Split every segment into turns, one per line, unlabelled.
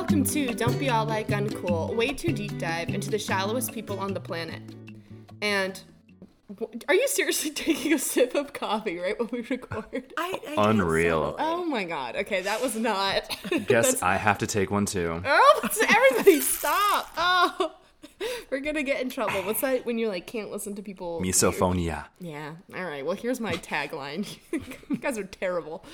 Don't Be All Like Uncool way too deep dive into the shallowest people on the planet. And w- are you seriously taking a sip of coffee right when we record?
I, I
Unreal.
Oh my god. Okay, that was not.
Guess I have to take one too.
oh, that's- everybody stop. Oh. We're going to get in trouble. What's that when you like can't listen to people?
Misophonia.
Yeah. All right. Well, here's my tagline. you guys are terrible.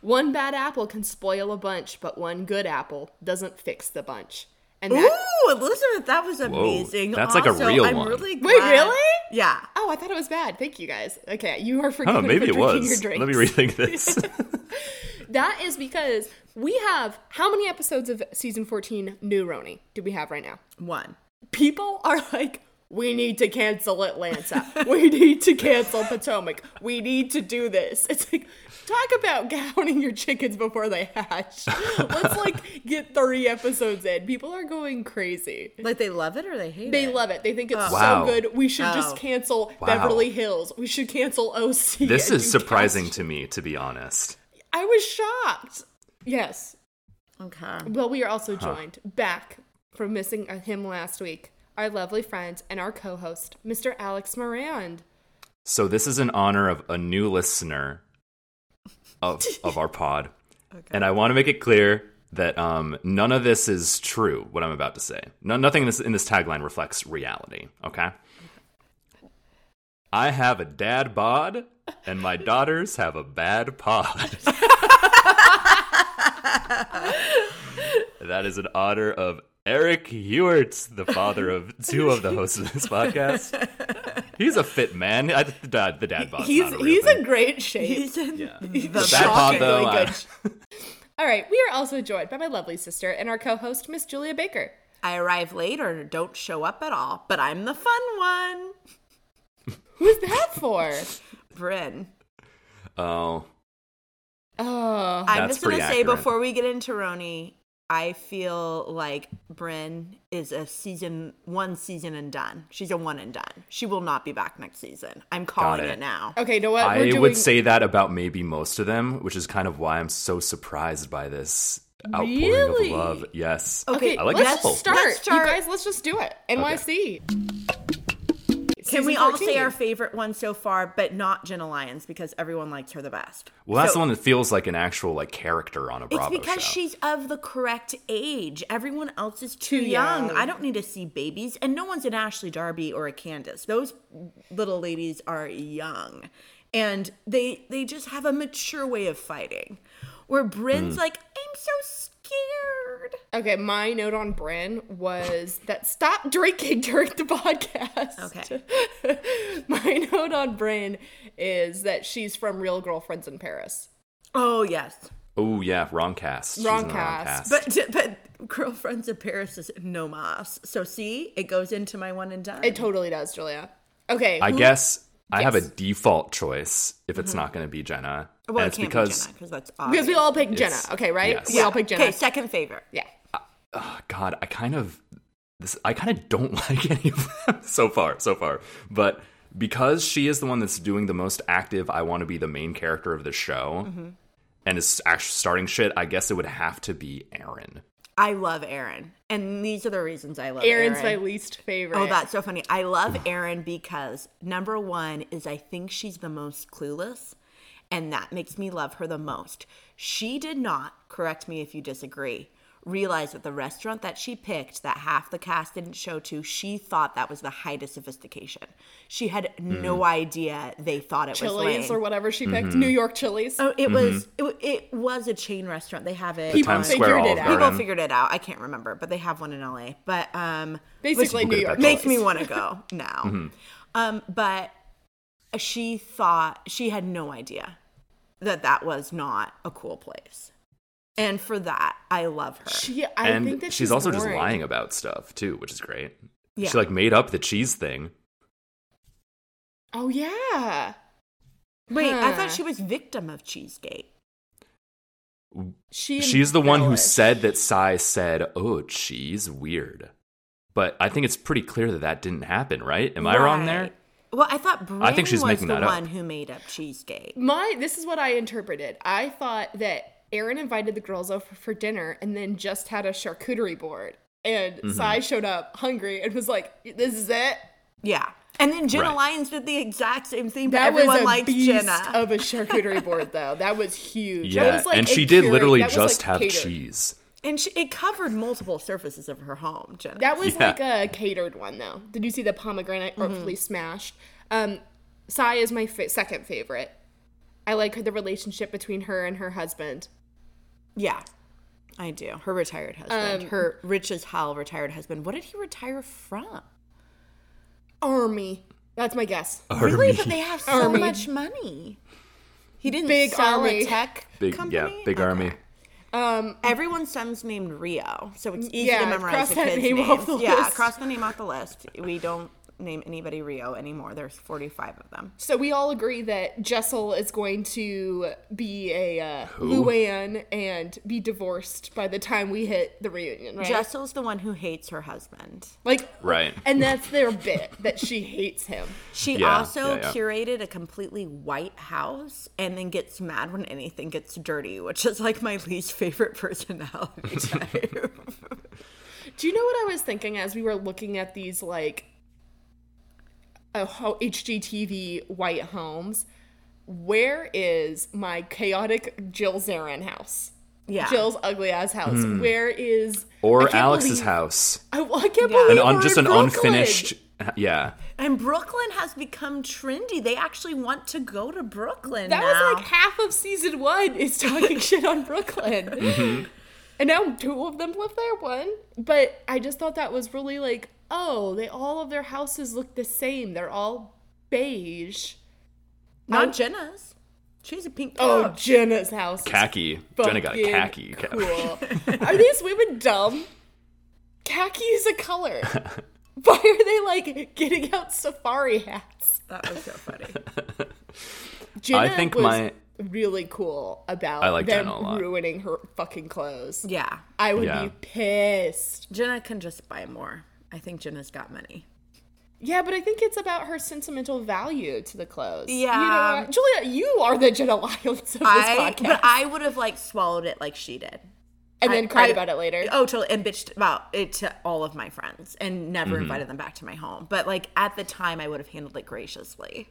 One bad apple can spoil a bunch, but one good apple doesn't fix the bunch. And
Ooh,
that.
Elizabeth, that was amazing.
that's like a
Also,
real
I'm
one.
Really
Wait,
glad-
really?
Yeah.
Oh, I thought it was bad. Thank you guys. Okay, you are forgiven
Oh, maybe
for
it
drinking
was.
your
Let
drinks.
me rethink this.
That is because we have how many episodes of season 14 new Roni do we have right now?
One.
people are like, we need to cancel Atlanta. We need to cancel Potomac. We need to do this. It's like, talk about counting your chickens before they hatch. Let's like get 30 episodes in. People are going crazy.
Like they love it or they hate
They
it.
love it. They think it's so
Wow.
good. We should just
Oh.
cancel
Wow.
Beverly Hills. We should cancel OC.
this
and
is
do
surprising
cast-
to me, to be honest.
I was shocked. Yes.
okay.
Well, we are also joined back from missing uh, him last week. Our lovely friend and our co-host, Mr. Alex Morand.
So this is in honor of a new listener of of our pod. And I want to make it clear that um, none of this is true. What I'm about to say, no, nothing in this, in this tagline reflects reality. Okay. I have a dad bod, and my daughters have a bad pod. that is an honor of Eric Hewerts, the father of two of the hosts of this podcast. He's a fit man. I, the dad, the dad bod.
He's
not a real
he's
thing.
in great shape.
He's in
Yeah.
the,
The bad pod,
shockingly
though. I-
good-
All right, we are also joined by my lovely sister and our co-host, Miss Julia Baker.
I arrive late or don't show up at all, but I'm the fun one.
Who's that for?
Bryn.
oh,
Oh,
I'm
That's
just gonna
pretty
say
accurate.
before we get into Roni, I feel like Bryn is a season one season and done. She's a one and done. She will not be back next season. I'm calling
it.
it. now.
okay. You know what?
I
We're doing,
would say that about maybe most of them, which is kind of why I'm so surprised by this outpouring
Really?
of love. Yes.
Okay,
Okay,
I like
let's
apple.
just start.
Let's start.
You guys, let's just do it. NYC.
Can we
Season
all say
14.
our favorite one so far, but not Jenna Lyons because everyone likes her the best?
Well, that's
So-
the one that feels like an actual like character on a
It's
Bravo
because
show.
she's of the correct age. Everyone else is too,
Too
young.
young.
I don't need to see babies. And no one's an Ashley Darby or a Candace. Those little ladies are young. And they they just have a mature way of fighting. Where
Hmm.
Bryn's like, I'm so scared.
Okay, my note on Bryn was that stop drinking during the podcast. Okay. my note on Bryn is that she's from Real Girlfriends in Paris.
Oh yes.
oh yeah, wrong cast. She's
Wrong
in the
cast.
But but Girlfriends of Paris is no mas. So see, it goes into my one and done.
It totally does, Julia. Okay.
I
who-
guess I have a
Yes.
default choice if it's not going to be Jenna,
Mm-hmm. well,
and
it
it's
can't
because
be Jenna because that's
Because
obvious.
we all picked Jenna,
It's-
okay, right?
yes.
We all picked Jenna.
Okay, second favorite.
yeah.
oh, God, I kind of this I kind of don't like any of them so far, so far. But because she is the one that's doing the most active, I want to be the main character of the show,
Mm-hmm.
and is actually starting shit. I guess it would have to be Aaron.
I love Aaron. And these are the reasons I love
Aaron's
Aaron.
my least favorite.
Oh, that's so funny. I love Aaron because number one is I think she's the most clueless, and that makes me love her the most. She did not, correct me if you disagree, realize that the restaurant that she picked that half the cast didn't show to, she thought that was the height of sophistication. She had no idea they thought it was
Chili's
Lane.
or whatever she picked.
Mm-hmm.
New York Chili's.
Oh, it was it, wa- it was a chain restaurant. They have it.
People
on-
Times Square
figured it
Olive
out.
Garden.
People figured it out. I can't remember, but they have one in LA. But um,
Basically,
Let's
New
get
York.
back
makes
Chili's.
me want to go now.
Mm-hmm.
Um, but she thought she had no idea that that was not a cool place, and for that, I love her.
She, I
and
think that
she's, also just
boring.
lying about stuff too, which is great.
Yeah.
She like made up the cheese thing.
Oh yeah,
Wait, I
Huh.
thought she was victim of Cheesegate.
she. and
She's the one who
Relish.
said that Sai said, "Oh, cheese, weird." But I think it's pretty clear that that didn't happen, right? Am I wrong there?
Right. Well, I thought Bryn
think she's
was
making
the
that up.
one who made up Cheesegate.
my. This is what I interpreted. I thought that Aaron invited the girls over for dinner and then just had a charcuterie board. And
Mm-hmm.
Sai showed up hungry and was like, "This is it."
Yeah. And then Jenna
Right.
Lyons did the exact same thing, but
That
everyone
was a
likes
beast
Jenna.
of a charcuterie board, though. That was huge. That
Yeah,
was like
and
a
she did
Keurig-
literally
that was,
just
like,
have
catered.
cheese.
and she, it covered multiple surfaces of her home, Jenna.
That was
Yeah.
like a catered one, though. Did you see the pomegranate or artfully smashed? Um, Sai is my fa- second favorite. I like her, the relationship between her and her husband.
yeah. I do. Her retired husband. her rich as hell retired husband. What did he retire from?
Army. That's my guess.
Really?
Army.
But they have so
Army.
much money. He didn't
Big
sell
army.
a tech
Big
company.
yeah, big
Okay.
army.
Everyone's son's named Rio, so it's easy
yeah,
to memorize
cross
the
that
kids'
name
names.
off the
yeah,
list.
cross the name off the list. We don't name anybody Rio anymore. There's 45 of them.
So we all agree that Jessel is going to be a uh, Luann and be divorced by the time we hit the reunion, right?
Jessel's the one who hates her husband.
like
Right.
and that's their bit that she hates him.
She
Yeah,
also
yeah, yeah.
curated a completely white house and then gets mad when anything gets dirty, which is like my least favorite personality type.
Do you know what I was thinking as we were looking at these like uh, ho- HGTV white homes? Where is my chaotic Jill Zarin house?
yeah.
Jill's ugly ass house. Where is I
Hmm. Or
can't
Alex's
believe-
house.
I, I can't
Yeah.
believe
An
an
un, just an unfinished yeah.
And Brooklyn has become trendy. They actually want to go to Brooklyn.
That
now.
was like half of season one is talking shit on Brooklyn.
Mm-hmm.
And now two of them live there, one. But I just thought that was really like, oh, they all of their houses look the same. They're all beige.
not Jenna's. She's a pink
Oh,
couch.
Jenna's house. is
Khaki. Jenna got a
fucking
khaki. Ca-
Cool. Are these women dumb? Khaki is a color. Why are they like getting out safari hats?
That was so funny.
Jenna
think
was
my-
really cool about
I like
them
Jenna a lot.
ruining her fucking clothes.
yeah.
I would
Yeah.
be pissed.
Jenna can just buy more. I think Jenna's got money.
Yeah, but I think it's about her sentimental value to the clothes. You know
Yeah.
what? Julia, you are the Jenna Lyons of this
I,
podcast.
but I would have like swallowed it like she did.
and
I-
then cried
I-
about it later.
Oh, totally. And bitched about it to all of my friends and never
Mm-hmm.
invited them back to my home. But like at the time, I would have handled it graciously.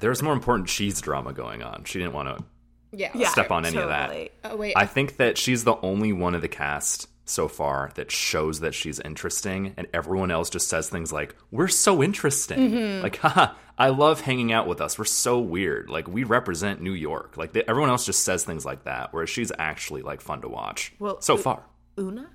There was more important cheese drama going on. She didn't want to
yeah.
Yeah.
step on any
totally.
of that.
Oh, wait.
I think that she's the only one of the cast so far that shows that she's interesting, and everyone else just says things like, We're so interesting.
Mm-hmm.
Like, haha, I love hanging out with us. We're so weird. Like, we represent New York. Like, they, everyone else just says things like that, whereas she's actually, like, fun to watch.
Well,
so
it-
far.
Una?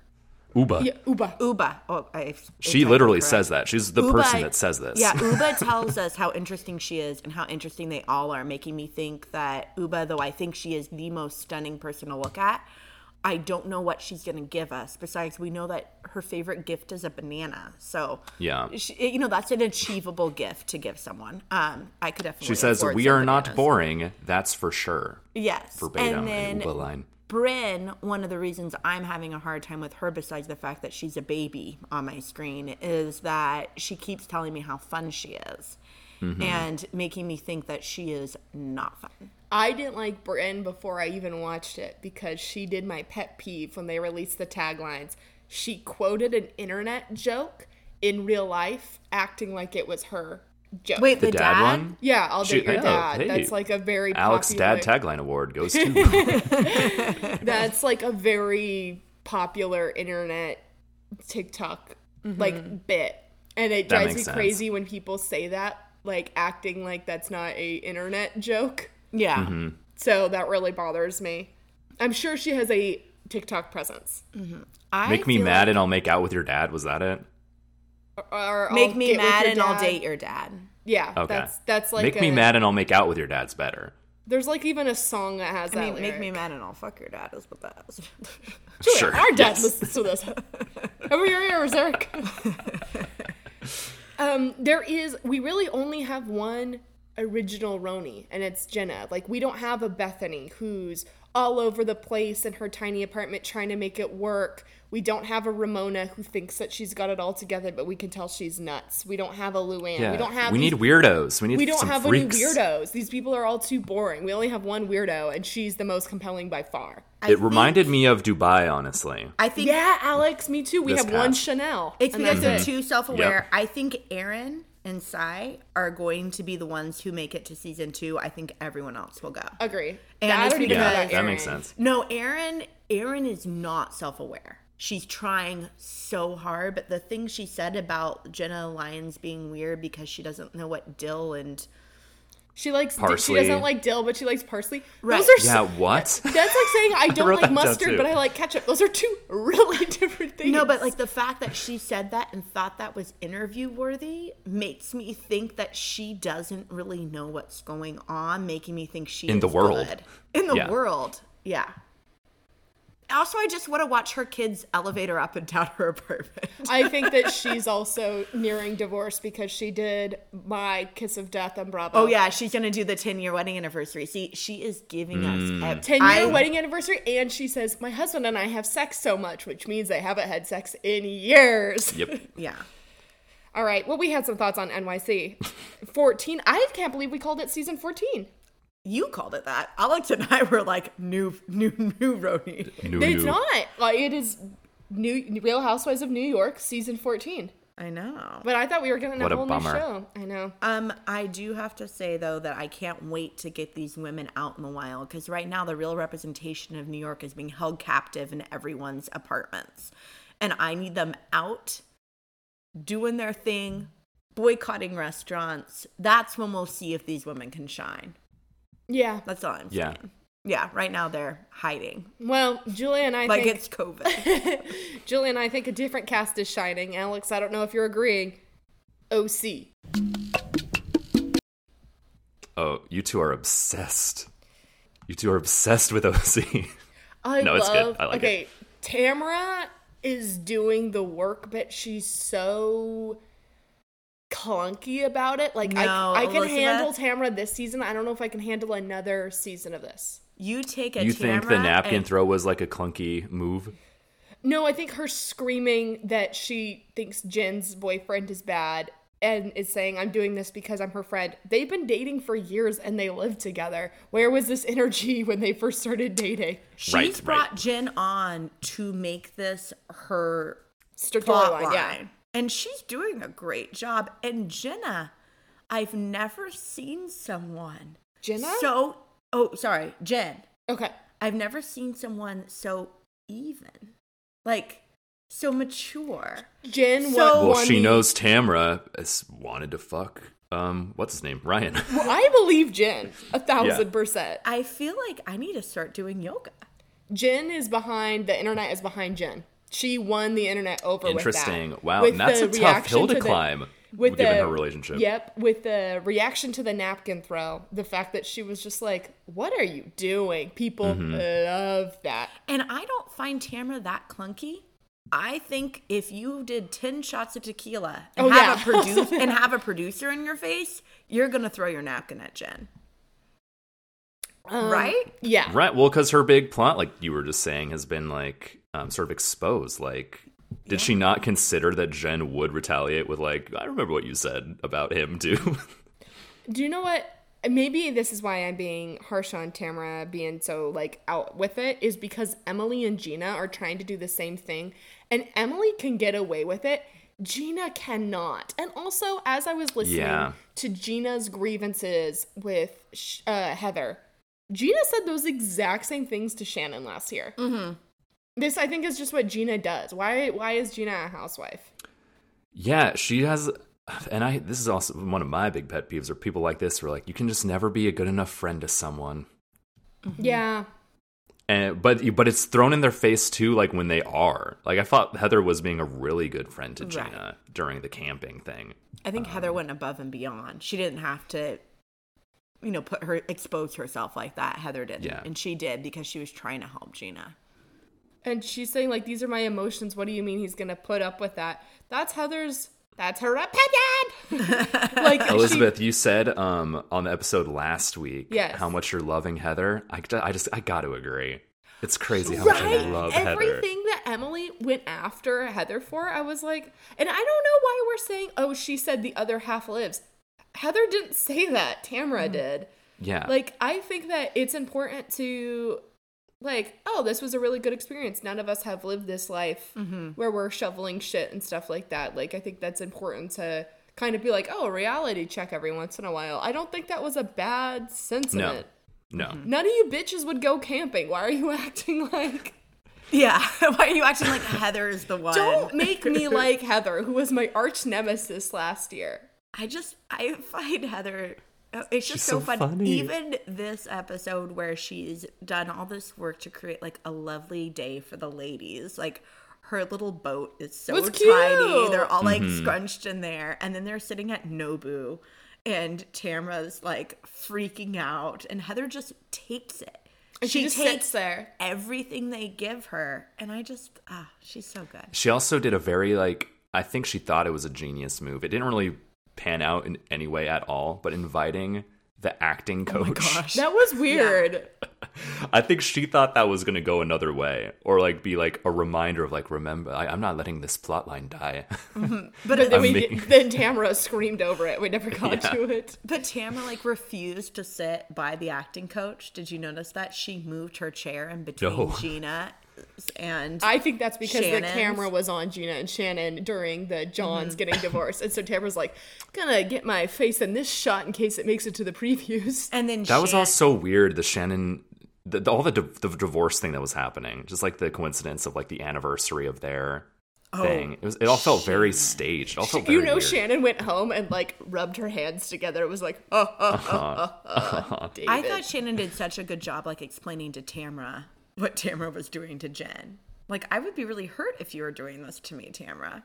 Uba.
yeah, Uba.
Uba. Oh, I.
she literally says that. She's the person that says this.
Yeah, Uba tells us how interesting she is and how interesting they all are, making me think that Uba, though I think she is the most stunning person to look at, I don't know what she's going to give us. Besides, we know that her favorite gift is a banana. So,
Yeah.
she, eh, you know, that's an achievable gift to give someone. Um, I could definitely.
She says,
afford
We
some
are not
bananas."
boring. That's for sure.
Yes.
Verbatim,
and
an
then
Uba line.
Bryn, one of the reasons I'm having a hard time with her, besides the fact that she's a baby on my screen, is that she keeps telling me how fun she is
Mm-hmm.
and making me think that she is not fun.
I didn't like Brynn before I even watched it because she did my pet peeve when they released the taglines. She quoted an internet joke in real life, acting like it was her joke.
Wait, the,
The dad one?
Yeah, I'll
She-
date your
oh,
dad.
hey.
That's like a very
Alex
popular,
Dad Tagline Award goes to.
That's like a very popular internet TikTok
Mm-hmm.
like bit, and it
That
drives
makes
me
sense.
crazy when people say that, like acting like that's not a internet joke.
Yeah.
Mm-hmm.
So that really bothers me. I'm sure she has a TikTok presence.
I
Make me
feel
mad
like-
and I'll make out with your dad. Was that it?
Or I'll
Make me
get with
mad
your
and I'll
dad.
date your dad.
Yeah,
Okay.
that's that's like
make me
a-
mad and I'll make out with your dad's better.
There's like even a song that has that.
I mean, make me
lyric.
mad and I'll fuck your dad is what that is.
Julia,
Sure,
Our dad
yes.
listens to this. Over your ears, Eric. um, there is. We really only have one original Roni, and it's Jenna. Like we don't have a Bethany who's all over the place in her tiny apartment trying to make it work. We don't have a Ramona who thinks that she's got it all together, but we can tell she's nuts. We don't have a Luann.
Yeah.
We don't have.
We
these-
need weirdos. We need.
we don't
some
have
freaks.
any weirdos. These people are all too boring. We only have one weirdo, and she's the most compelling by far.
I
It
think-
reminded me of Dubai, honestly.
I think
Yeah, Alex, me too. We
This
have one
half.
Chanel.
It's
and
because they're
Mm-hmm.
that's it.
too self-aware. I think Aaron and Sai are going to be the ones who make it to season two. I think everyone else will go.
Agree.
And
I
it's
don't even know
Yeah,
about
because-
that makes
Erin.
sense.
No, Aaron. Aaron is not self-aware. She's trying so hard, but the thing she said about Jenna Lyons being weird because she doesn't know what dill and
She likes She
Parsley.
doesn't like dill, but she likes parsley.
Right.
Those are
Yeah,
so,
what?
that's like saying I don't
wrote
like
that down too.
mustard, but I like ketchup. Those are two really different things.
No, but like the fact that she said that and thought that was interview worthy makes me think that she doesn't really know what's going on, making me think she
In the
is
world.
good. In the
Yeah.
world. Yeah. Also, I just want to watch her kids elevate her up and down her apartment.
I think that she's also nearing divorce because she did my kiss of death on Bravo.
Oh yeah, she's gonna do the ten year wedding anniversary. See, she is giving us a
10 year
I-
wedding anniversary, and she says, My husband and I have sex so much, which means they haven't had sex in years.
Yep.
Yeah.
All right, well, we had some thoughts on NYC. 14. I can't believe we called it season 14.
You called it that. Alex and I were like new new new Roni.
New,
It's
new.
not. Like, it is New Real Housewives of New York, season 14.
I know.
But I thought we were going to have
What
a
a
whole
bummer.
new show. I know.
Um, I do have to say though that I can't wait to get these women out in the wild because right now the real representation of New York is being held captive in everyone's apartments, and I need them out, doing their thing, boycotting restaurants. That's when we'll see if these women can shine.
Yeah.
That's all I'm
Yeah.
saying. Yeah, right now they're hiding
Well, Julia and I
like
think
it's COVID.
Julie and I think a different cast is shining. Alex, I don't know if you're agreeing. OC.
Oh, you two are obsessed. You two are obsessed with OC.
I
No,
love,
it's good. I like it.
okay, Tamara is doing the work, but she's so clunky about it. Like
No,
I, I can
Elizabeth.
handle Tamara this season. I don't know if I can handle another season of this.
You take a
you think the
Tamara
napkin
and-
throw was like a clunky move?
No, I think her screaming that she thinks Jen's boyfriend is bad and is saying I'm doing this because I'm her friend. They've been dating for years and they live together. Where was this energy when they first started dating?
She's
Right, right.
brought Jen on to make this her
Storyline,
plot line.
yeah.
And she's doing a great job. And Jenna, I've never seen someone
Jenna?
so. Oh, sorry, Jen.
Okay.
I've never seen someone so even, like so mature.
Jen
So-
won-
Well,
won
she
the-
knows Tamra is wanted to fuck. Um, what's his name? Ryan.
Well, I believe Jen a thousand percent.
I feel like I need to start doing yoga.
Jen is behind the internet is behind Jen. She won the internet over.
Interesting.
With that.
Wow,
With
and that's
the
a tough
reaction
hill to,
the-
climb
with
given
the-
her relationship.
Yep, with the reaction to the napkin throw, the fact that she was just like, "What are you doing?" People
Mm-hmm.
love that.
And I don't find Tamara that clunky. I think if you did ten shots of tequila and
Oh,
have
yeah.
a produce and have a producer in your face, you're gonna throw your napkin at Jen,
Um,
right?
Yeah.
Right. Well, because her big plot, like you were just saying, has been like um, sort of exposed. Like, did she not consider that Jen would retaliate with like, I remember what you said about him too.
Do you know what? Maybe this is why I'm being harsh on Tamara being so like out with it is because Emily and Gina are trying to do the same thing, and Emily can get away with it. Gina cannot. And also, as I was listening
Yeah.
to Gina's grievances with Sh- uh, Heather, Gina said those exact same things to Shannon last year. Mm-hmm. This, I think, is just what Gina does. Why? Why is Gina a housewife?
yeah, she has. And I, this is also one of my big pet peeves are people like this who are like, you can just never be a good enough friend to someone.
Yeah,
And but but it's thrown in their face too, like when they are. Like I thought Heather was being a really good friend to
Right.
Gina during the camping thing.
I think Heather went above and beyond. She didn't have to, you know, put her expose herself like that. Heather didn't,
Yeah.
and she did because she was trying to help Gina.
And she's saying, like, these are my emotions. What do you mean he's going to put up with that? That's Heather's That's her opinion. like she-
Elizabeth, you said um, on the episode last week
Yes.
how much you're loving Heather. I, I just, I got to agree. It's crazy how much I
right?
love Heather.
Everything that Emily went after Heather for, I was like, and I don't know why we're saying, oh, she said the other half lives. Heather didn't say that. Tamra did.
Yeah.
Like, I think that it's important to, like, oh, this was a really good experience. None of us have lived this life
Mm-hmm.
where we're shoveling shit and stuff like that. Like, I think that's important to kind of be like, oh, a reality check every once in a while. I don't think that was a bad
no,
sentiment.
no.
None of you bitches would go camping. Why are you acting like.
Yeah. Why are you acting like Heather is the one?
Don't make me like Heather, who was my arch nemesis last year.
I just I find Heather uh, it's just
She's
so,
so
fun.
funny.
Even this episode where she's done all this work to create like a lovely day for the ladies, like her little boat is so
Was
tiny.
cute.
They're all like
Mm-hmm.
scrunched in there, and then they're sitting at Nobu, and Tamra's like freaking out, and Heather just takes it.
And she, just sits there.
everything they give her, and I just ah, she's so good.
She also did a very like I think she thought it was a genius move. It didn't really pan out in any way at all, but inviting the acting
Oh
coach.
That was weird.
I think she thought that was gonna go another way. Or like be like a reminder of like, remember I, I'm not letting this plotline die.
But then, we,
Amazing.
then Tamara screamed over it. We never got
Yeah.
to it.
But Tamara like refused to sit by the acting coach. Did you notice that she moved her chair in between
No.
Gina and
I think that's because the
Shannon's. Mm-hmm.
camera was on Gina and Shannon during the John's getting divorced. And so Tamara's like, gonna get my face in this shot in case it makes it to the previews.
and then
That was
Shan-
all so weird, the Shannon the, the- all the, div the divorce thing that was happening, just like the coincidence of like the anniversary of their thing. It was. It all felt very staged. It all felt very
Oh, You know,
weird.
Shannon went home and like rubbed her hands together. It was like, oh, David.
Uh-huh. I thought Shannon did such a good job like explaining to Tamara what Tamara was doing to Jen. Like I would be really hurt if you were doing this to me, Tamara.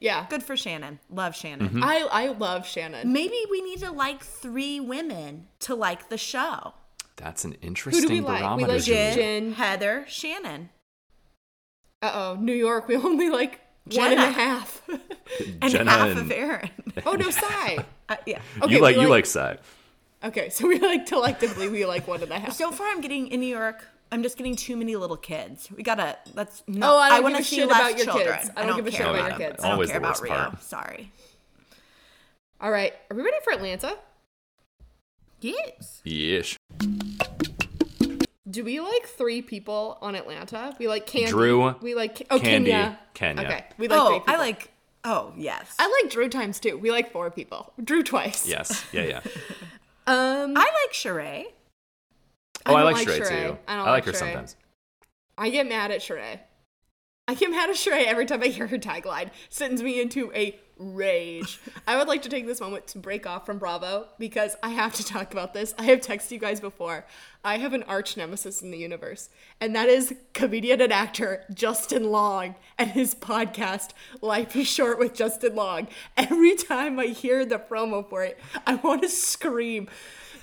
yeah.
Good for Shannon. Love Shannon.
Mm-hmm.
I, I love Shannon.
Maybe we need to like three women to like the show.
That's an
Who
interesting
do we like? We
barometer.
like
Julia.
Jen,
Heather, Shannon.
Uh oh, New York. We only like one and
Jenna.
a half.
And
Jenna
half
and-
of Aaron.
oh no, Psy.
Uh, yeah.
Okay,
you like
we
you
like-
like Sai.
Okay, so we like collectively we like one and a half.
So far, I'm getting in New York. I'm just getting too many little kids. We gotta let's. No,
Oh, I don't give
wanna
a
see
shit
less
about your
children.
kids. I don't give a
care
shit about
them.
your kids.
I don't
Always
care
the
about
worst
Rio.
part.
Sorry.
All right, are we ready for Atlanta?
Yes.
Yeesh.
Do we like three people on Atlanta? We like Candy.
Drew,
We like oh
Candy,
Kenya.
Kenya.
Okay, we like. three
Oh,
people.
I like. Oh yes. I,
I like Drew times two. We like four people. Drew twice.
Yes. Yeah. Yeah.
Um, I,
like Sheree.
Oh, I,
don't
like,
like
Shrey
Sheree.
too.
I
I,
don't like
like, her
Sheree.
sometimes.
get mad at Sheree. I get mad at Sheree every time I hear her tagline. Sends me into a rage. I would like to take this moment to break off from Bravo because I have to talk about this. I have texted you guys before. I have an arch nemesis in the universe, and that is comedian and actor Justin Long and his podcast, Life is Short with Justin Long. Every time I hear the promo for it, I want to scream.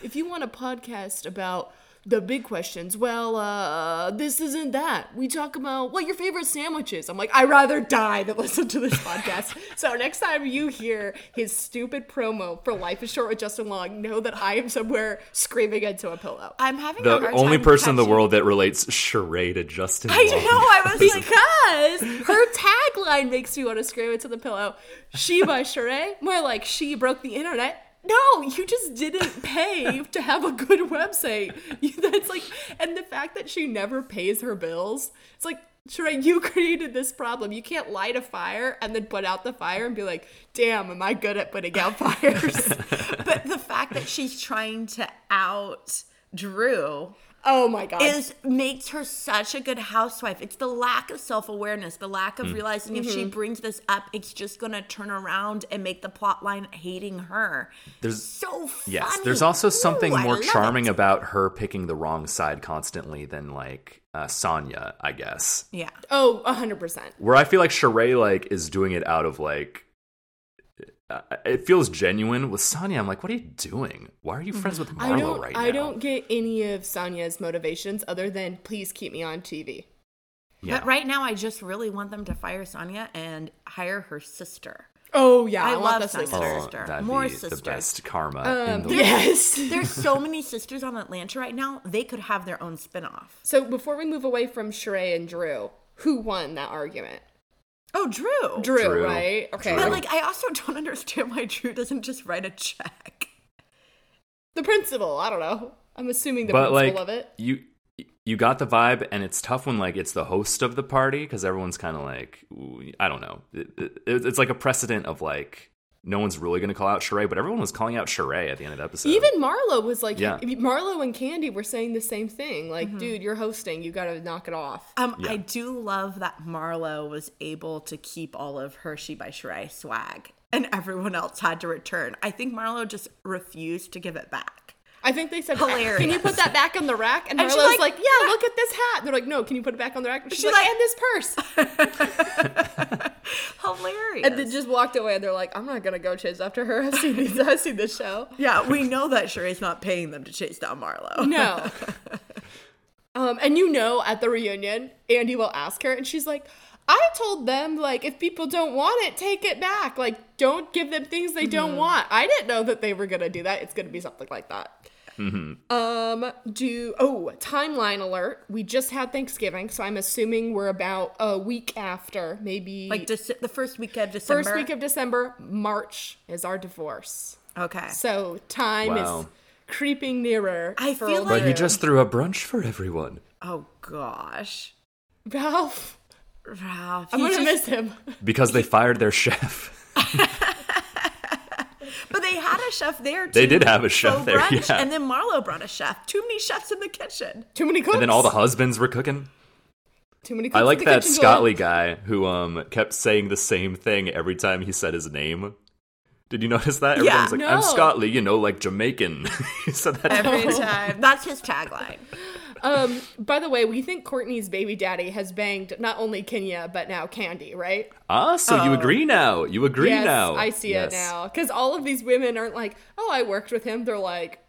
If you want a podcast about the big questions. Well, uh, this isn't that. We talk about what your favorite sandwich is. I'm like, I'd rather die than listen to this podcast. so next time you hear his stupid promo for Life is Short with Justin Long, know that I am somewhere screaming into a pillow.
I'm having a
The
hard
only
time
person in the
catching-
world that relates Sheree to Justin.
I know. I was like,
because her tagline makes me want to scream into the pillow. She by Sheree, more like she broke the internet. No, you just didn't pay to have a good website. You- That's like, and the fact that she never pays her bills, it's like, Sheree, you created this problem. You can't light a fire and then put out the fire and be like, damn, am I good at putting out fires?
but the fact that she's trying to out Drew
oh my God.
is makes her such a good housewife. It's the lack of self awareness, the lack
Hmm.
of realizing if
Mm-hmm.
she brings this up, it's just gonna turn around and make the plot line hating her.
There's
So funny.
yes. There's also something
Ooh, I
more
love
charming
it.
about her picking the wrong side constantly than like uh, Sonya, I guess.
Yeah.
oh, 100%.
Where I feel like Sheree like is doing it out of like. uh, It feels genuine with Sonya. I'm like, what are you doing? Why are you
Mm-hmm.
friends with
I
Marlo
don't,
right now?
I don't get any of Sonya's motivations other than please keep me on TV.
Yeah.
But right now, I just really want them to fire Sonya and hire her sister.
Oh yeah, I,
I
want
love
the
Sunset.
sister.
Oh.
Oh,
sister. Um,
that'd
More
be
sisters.
the best karma in the
Oh, um, Yes.
There's so many sisters on Atlanta right now. They could have their own spinoff.
So before we move away from Sheree and Drew, who won that argument?
Oh, Drew.
Drew,
Drew.
right? Okay.
Drew.
But like, I also don't understand why Drew doesn't just write a check.
The principal, I don't know. I'm assuming the
but
principal of
like
it.
you you got the vibe and it's tough when like it's the host of the party because everyone's kind of like ooh, i don't know It- it- it's like a precedent of like no one's really going to call out Sheree, but everyone was calling out Sheree at the end of the episode.
Even Marlo was like,
Yeah.
Marlo and Candy were saying the same thing. Like, dude, you're hosting. You got to knock it off.
Um, I do love that Marlo was able to keep all of her She by Sheree swag, and everyone else had to return. I think Marlo just refused to give it back.
I think they said,
Hilarious.
Can you put that back on the rack? And,
And she's
Marlo's like,
like,
yeah, look at this hat. They're like, no, can you put it back on the rack? And she's,
She's
like,
like-
and this purse.
Hilarious.
And then just walked away. And they're like, I'm not going to go chase after her. I've seen, these, I've seen this show.
yeah, we know that Sheree's not paying them to chase down Marlo.
No. um, and you know, at the reunion, Andy will ask her, and she's like, I told them, like, if people don't want it, take it back. Like, don't give them things they don't
Mm-hmm.
want. I didn't know that they were going to do that. It's going to be something like that.
Mm-hmm.
Um, do, oh, timeline alert. We just had Thanksgiving, so I'm assuming we're about a week after, maybe
Like Dece- the first week of December.
first week of December. March is our divorce.
Okay.
So time is
Wow.
creeping nearer.
I
for
feel
old
but
like-
you
Drew.
just threw a brunch for everyone.
Oh gosh,
Ralph.
Ralph.
I'm
you
gonna miss
just-
him.
Because they fired their chef.
But they had a chef there. Too.
They did have a chef
So
there,
brunch,
yeah.
And then Marlo brought a chef. Too many chefs in the kitchen.
Too many cooks.
And then all the husbands were cooking.
too many. Cooks
I
at
like
the
that
kitchen
Scott
door.
Lee guy who um kept saying the same thing every time he said his name. Did you notice that?
Yeah.
Everyone's like, I'm
No.
Scott Lee, you know, like Jamaican. he said that
Oh.
Every time. That's his tagline.
Um, by the way, we think Courtney's baby daddy has banged not only Kenya but now Candy, right?
Ah, so you agree now. You agree
yes,
now.
I see
Yes.
it now. Because all of these women aren't like, oh, I worked with him. They're like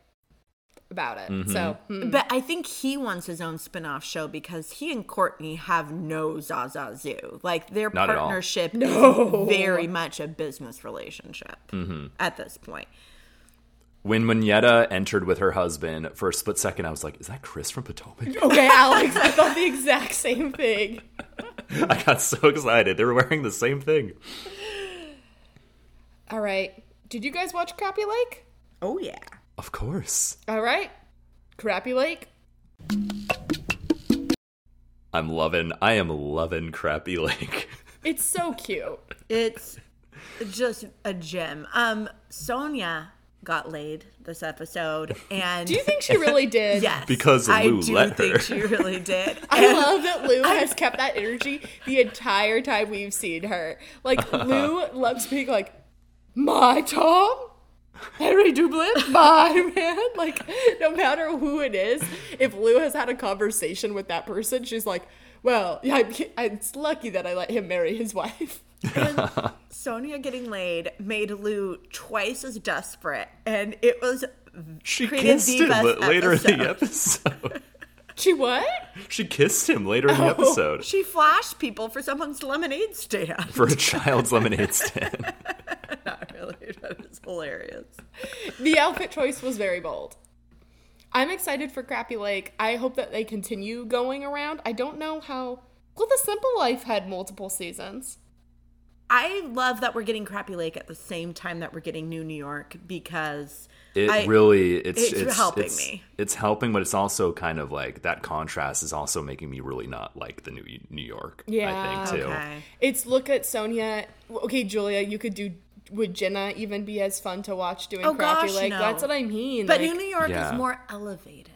about it.
Mm-hmm.
So hmm.
But I think he wants his own spin-off show because he and Courtney have no Zaza Zoo. Like their
Not at all.
partnership
No.
is very much a business relationship
Mm-hmm.
at this point.
When Moneta entered with her husband, for a split second, I was like, is that Chris from Potomac?
okay, Alex, I thought the exact same thing.
I got so excited. They were wearing the same thing.
All right, did you guys watch Crappy Lake?
Oh yeah.
Of course.
All right, Crappy Lake.
I'm loving, I am loving Crappy Lake.
It's so cute.
It's just a gem. Um Sonia got laid this episode and
Do you think she really did?
yes,
Because
I
Lou
do
let
think
her.
she really did.
I love that Lou has kept that energy the entire time we've seen her. Like Lou loves being like, "My Tom, Henry Dublin, my man." Like no matter who it is, if Lou has had a conversation with that person, she's like, "Well, yeah, I'm, it's lucky that I let him marry his wife."
Sonia getting laid made Lou twice as desperate and it was
She
Created
kissed
the
him
best
la- later in the episode.
She what?
she kissed him later in the episode
She flashed people for someone's lemonade stand.
for a child's lemonade stand.
Not really. That is hilarious.
The outfit choice was very bold. I'm excited for Crappy Lake. I hope that they continue going around. I don't know how. Well, The Simple Life had multiple seasons.
I love that we're getting Crappy Lake at the same time that we're getting New New York because
It
I-
really it's
it's
it's,
helping
it's-
me.
It's helping, but it's also kind of like that contrast is also making me really not like the new New York. I
Yeah.
think too.
Okay.
It's look at Sonia. Okay, Julia, you could do. Would Jenna even be as fun to watch doing
Oh,
crappy
gosh,
Lake?
no.
That's what I mean.
But
like,
New New York
Yeah.
is more elevated.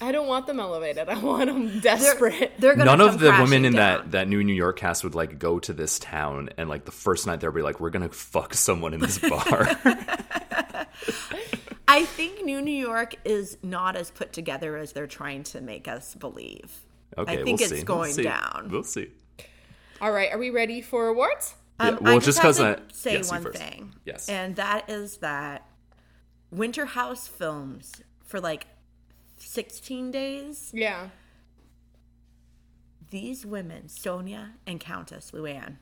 I don't want them elevated. I want them desperate.
They're gonna
None of
come
the
crashing
women in
down.
that that new New York cast would like go to this town and like the first night they'll be like, we're gonna fuck someone in this bar.
I think New New York is not as put together as they're trying to make us believe.
okay,
I think
we'll
it's
see.
going
we'll see.
down.
We'll see.
All right, are we ready for awards?
Um,
Yeah, well,
I
just
just have
'cause
to
I-
say
yes, you
one
first.
thing.
Yes.
And that is that Winterhouse Films for like 16 days
Yeah.
These women, Sonia and Countess Luann,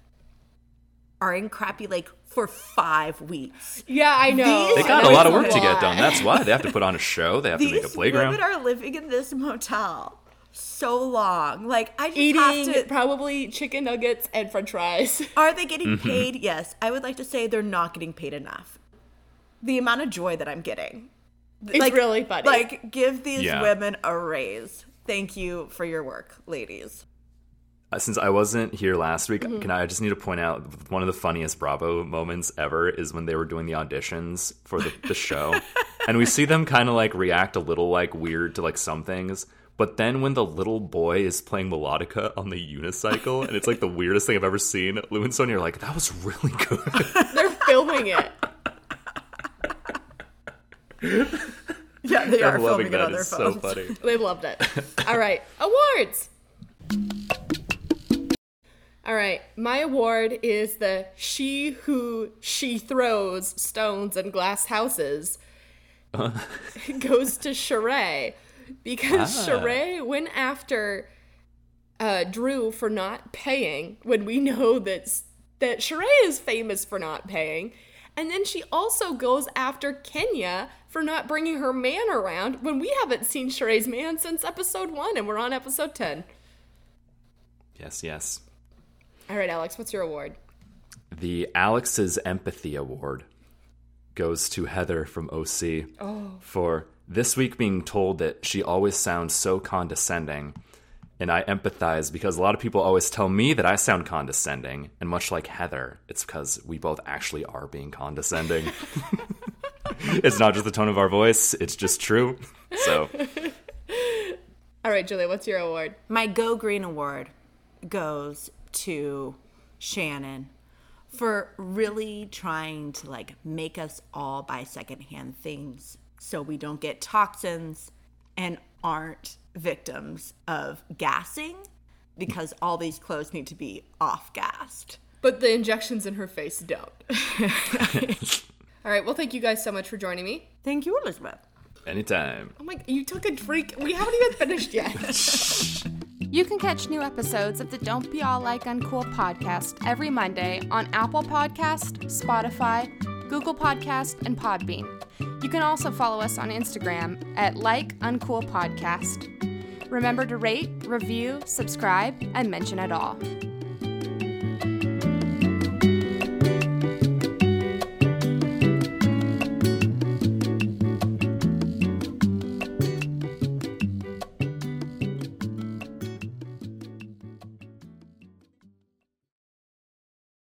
are in Crappy Lake for five weeks.
Yeah, I know.
These
They got a
That's
lot of work to
why.
get done. That's why they have to put on a show. They have to make a
These
playground.
women are living in this motel so long. Like I just
Eating
have to.
probably chicken nuggets and french fries.
Are they getting
Mm-hmm.
paid? Yes. I would like to say they're not getting paid enough. The amount of joy that I'm getting.
It's really funny.
Like, give these
Yeah.
women a raise. Thank you for your work, ladies.
Uh, Since I wasn't here last week,
Mm-hmm.
can I I just need to point out one of the funniest Bravo moments ever is when they were doing the auditions for the, the show, and we see them kind of like react a little like weird to like some things. But then when the little boy is playing melodica on the unicycle, and it's like the weirdest thing I've ever seen, Lou and Sonia are like, "That was really good."
They're filming it.
Yeah, they
I'm
are
loving
filming it
that.
on their
It's so
phones.
funny.
They loved it. All right, awards. All right, my award is the She Who She Throws Stones and Glass Houses. It goes to Sheree because
Ah.
Sheree went after uh, Drew for not paying when we know that s- that Sheree is famous for not paying, and then she also goes after Kenya for not bringing her man around when we haven't seen Sheree's man since episode one, and we're on episode ten.
Yes, yes.
All right, Alex, what's your award?
The Alex's Empathy Award goes to Heather from OC for this week being told that she always sounds so condescending. And I empathize because a lot of people always tell me that I sound condescending. And much like Heather, it's because we both actually are being condescending. it's not just the tone of our voice, it's just true. So,
All right, Julia, what's your award?
My Go Green Award goes to Shannon for really trying to like make us all buy secondhand things so we don't get toxins and aren't victims of gassing because all these clothes need to be off gassed.
But the injections in her face don't. All right, well, thank you guys so much for joining me.
Thank you, Elizabeth.
anytime.
Oh my, you took a drink. We haven't even finished yet.
You can catch new episodes of the Don't Be All Like Uncool podcast every Monday on Apple Podcast, Spotify, Google Podcast, and Podbean. You can also follow us on Instagram at Like Uncool Podcast. Remember to rate, review, subscribe, and mention it all.